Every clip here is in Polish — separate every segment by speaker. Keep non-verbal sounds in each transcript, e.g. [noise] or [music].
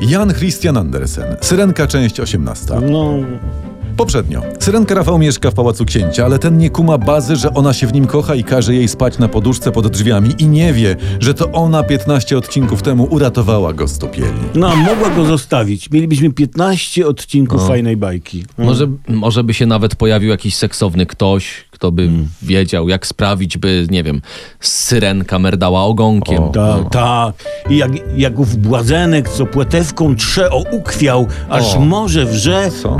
Speaker 1: Jan Christian Andersen, Syrenka, część 18.
Speaker 2: No,
Speaker 1: Poprzednio. Syrenka Rafał mieszka w pałacu księcia, ale ten nie kuma bazy, że ona się w nim kocha i każe jej spać na poduszce pod drzwiami i nie wie, że to ona 15 odcinków temu uratowała go z topieli.
Speaker 2: no a mogła go zostawić. Mielibyśmy 15 odcinków fajnej bajki. No.
Speaker 3: Może, może by się nawet pojawił jakiś seksowny ktoś, kto by wiedział, jak sprawić, by, nie wiem, syrenka merdała ogonkiem.
Speaker 2: Ta, ta. I jak, jak ów błazenek, co płetewką trze o ukwiał, aż
Speaker 3: O.
Speaker 2: może wrze...
Speaker 1: Co?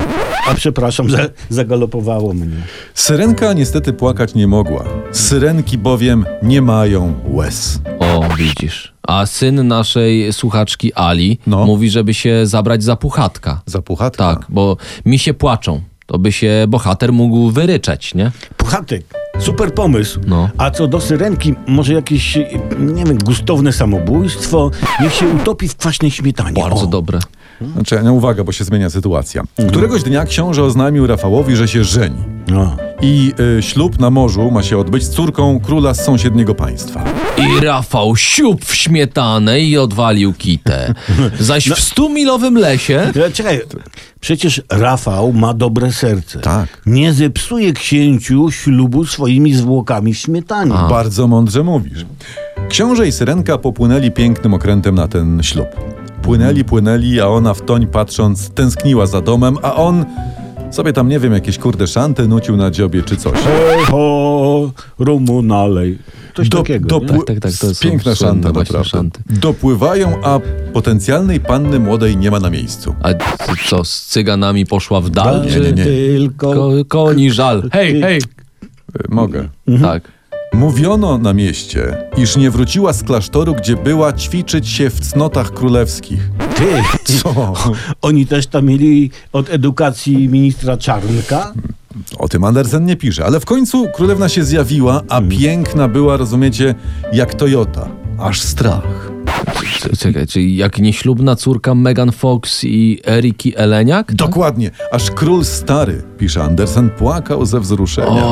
Speaker 2: A przepraszam, za, zagalopowało mnie.
Speaker 1: Syrenka niestety płakać nie mogła. Syrenki bowiem nie mają łez.
Speaker 3: O, widzisz. A syn naszej słuchaczki Ali
Speaker 1: No.
Speaker 3: mówi, żeby się zabrać za puchatka.
Speaker 1: Zapuchatka.
Speaker 3: Tak, bo mi się płaczą. To by się bohater mógł wyryczeć, nie?
Speaker 2: Puchatek, super pomysł.
Speaker 3: No.
Speaker 2: A co do syrenki, może jakieś, nie wiem, gustowne samobójstwo? Niech się utopi w kwaśnej śmietanie.
Speaker 3: Bardzo
Speaker 2: O.
Speaker 3: dobre.
Speaker 1: Znaczy, no uwaga, bo się zmienia sytuacja. Któregoś dnia książę oznajmił Rafałowi, że się żeni.
Speaker 2: No.
Speaker 1: I y, ślub na morzu ma się odbyć z córką króla z sąsiedniego państwa.
Speaker 3: I Rafał siup w śmietanę i odwalił kitę. Zaś w stumilowym lesie...
Speaker 2: Ja, Czekaj, przecież Rafał ma dobre serce.
Speaker 1: Tak.
Speaker 2: Nie zepsuje księciu ślubu swoimi zwłokami w śmietanie.
Speaker 1: Bardzo mądrze mówisz. Książę i Syrenka popłynęli pięknym okrętem na ten ślub. Płynęli, płynęli, a ona w toń patrząc tęskniła za domem, a on sobie tam, nie wiem, jakieś kurde szanty nucił na dziobie czy coś.
Speaker 2: Hej ho, rumu nalej. Coś
Speaker 1: Do-
Speaker 2: takiego.
Speaker 1: dopły-
Speaker 2: nie?
Speaker 3: Tak, tak, tak, to są
Speaker 1: Piękna
Speaker 3: słynne
Speaker 1: szanta,
Speaker 3: właśnie
Speaker 1: naprawdę.
Speaker 3: szanty.
Speaker 1: Dopływają, a potencjalnej panny młodej nie ma na miejscu.
Speaker 3: A co, z cyganami poszła w
Speaker 2: No,
Speaker 3: dal?
Speaker 1: nie, nie.
Speaker 2: Tylko...
Speaker 3: Ko, koni żal.
Speaker 1: Mhm.
Speaker 3: Hej, hej!
Speaker 1: Y, Mogę.
Speaker 3: Tak.
Speaker 1: Mówiono na mieście, iż nie wróciła z klasztoru, gdzie była ćwiczyć się w cnotach królewskich.
Speaker 2: Ty,
Speaker 1: [laughs] Co?
Speaker 2: oni też tam mieli od edukacji ministra Czarnka?
Speaker 1: O tym Andersen nie pisze, ale w końcu królewna się zjawiła, a
Speaker 3: Hmm.
Speaker 1: piękna była, rozumiecie, jak Toyota. Aż strach.
Speaker 3: C- Czekaj, czyli jak nieślubna córka Megan Fox i Eriki Eleniak?
Speaker 1: Dokładnie, aż król stary, pisze Andersen, płakał ze wzruszenia.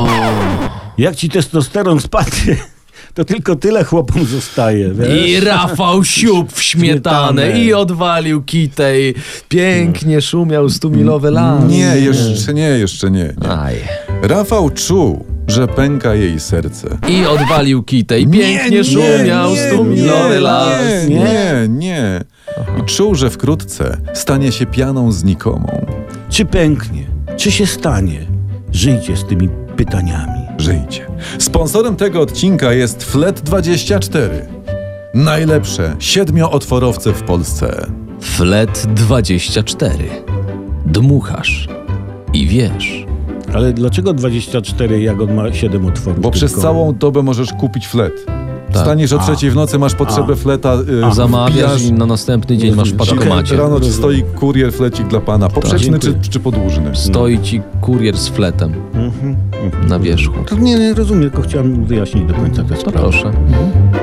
Speaker 2: Jak ci testosteron spadnie, [laughs] to tylko tyle chłopom zostaje. Wiesz?
Speaker 3: I Rafał siup w śmietanę
Speaker 2: Śmietanę.
Speaker 3: i odwalił kitę i pięknie szumiał stumilowy las.
Speaker 1: Nie, jeszcze nie, jeszcze nie. nie.
Speaker 3: Aj.
Speaker 1: Rafał czuł, że pęka jej serce.
Speaker 3: I odwalił kitę i pięknie szumiał stumilowy
Speaker 1: nie,
Speaker 3: las.
Speaker 1: Nie, nie, nie. I czuł, że wkrótce stanie się pianą znikomą.
Speaker 2: Czy pęknie? Czy się stanie? Żyjcie z tymi pytaniami.
Speaker 1: Żyjcie. Sponsorem tego odcinka jest Flet24. Najlepsze siedmiootworowce w Polsce.
Speaker 3: Flet 24. Dmuchasz i wiesz.
Speaker 2: Ale dlaczego 24, jak on ma 7 otworów?
Speaker 1: Bo przez
Speaker 2: tylko?
Speaker 1: całą dobę możesz kupić flet.
Speaker 3: Tak.
Speaker 1: Staniesz o trzeciej w nocy, masz potrzebę fleta, y,
Speaker 3: Zamawiasz
Speaker 1: wpijasz,
Speaker 3: i na następny dzień masz w
Speaker 1: dzisiaj
Speaker 3: paczkomacie.
Speaker 1: Rano ci stoi kurier flecik dla pana,
Speaker 3: Tak,
Speaker 1: poprzeczny czy,
Speaker 2: Dziękuję.
Speaker 1: czy podłużny.
Speaker 3: Stoi ci kurier z fletem na wierzchu.
Speaker 2: To nie, nie rozumiem, tylko chciałem wyjaśnić do końca tę sprawę.
Speaker 3: Proszę.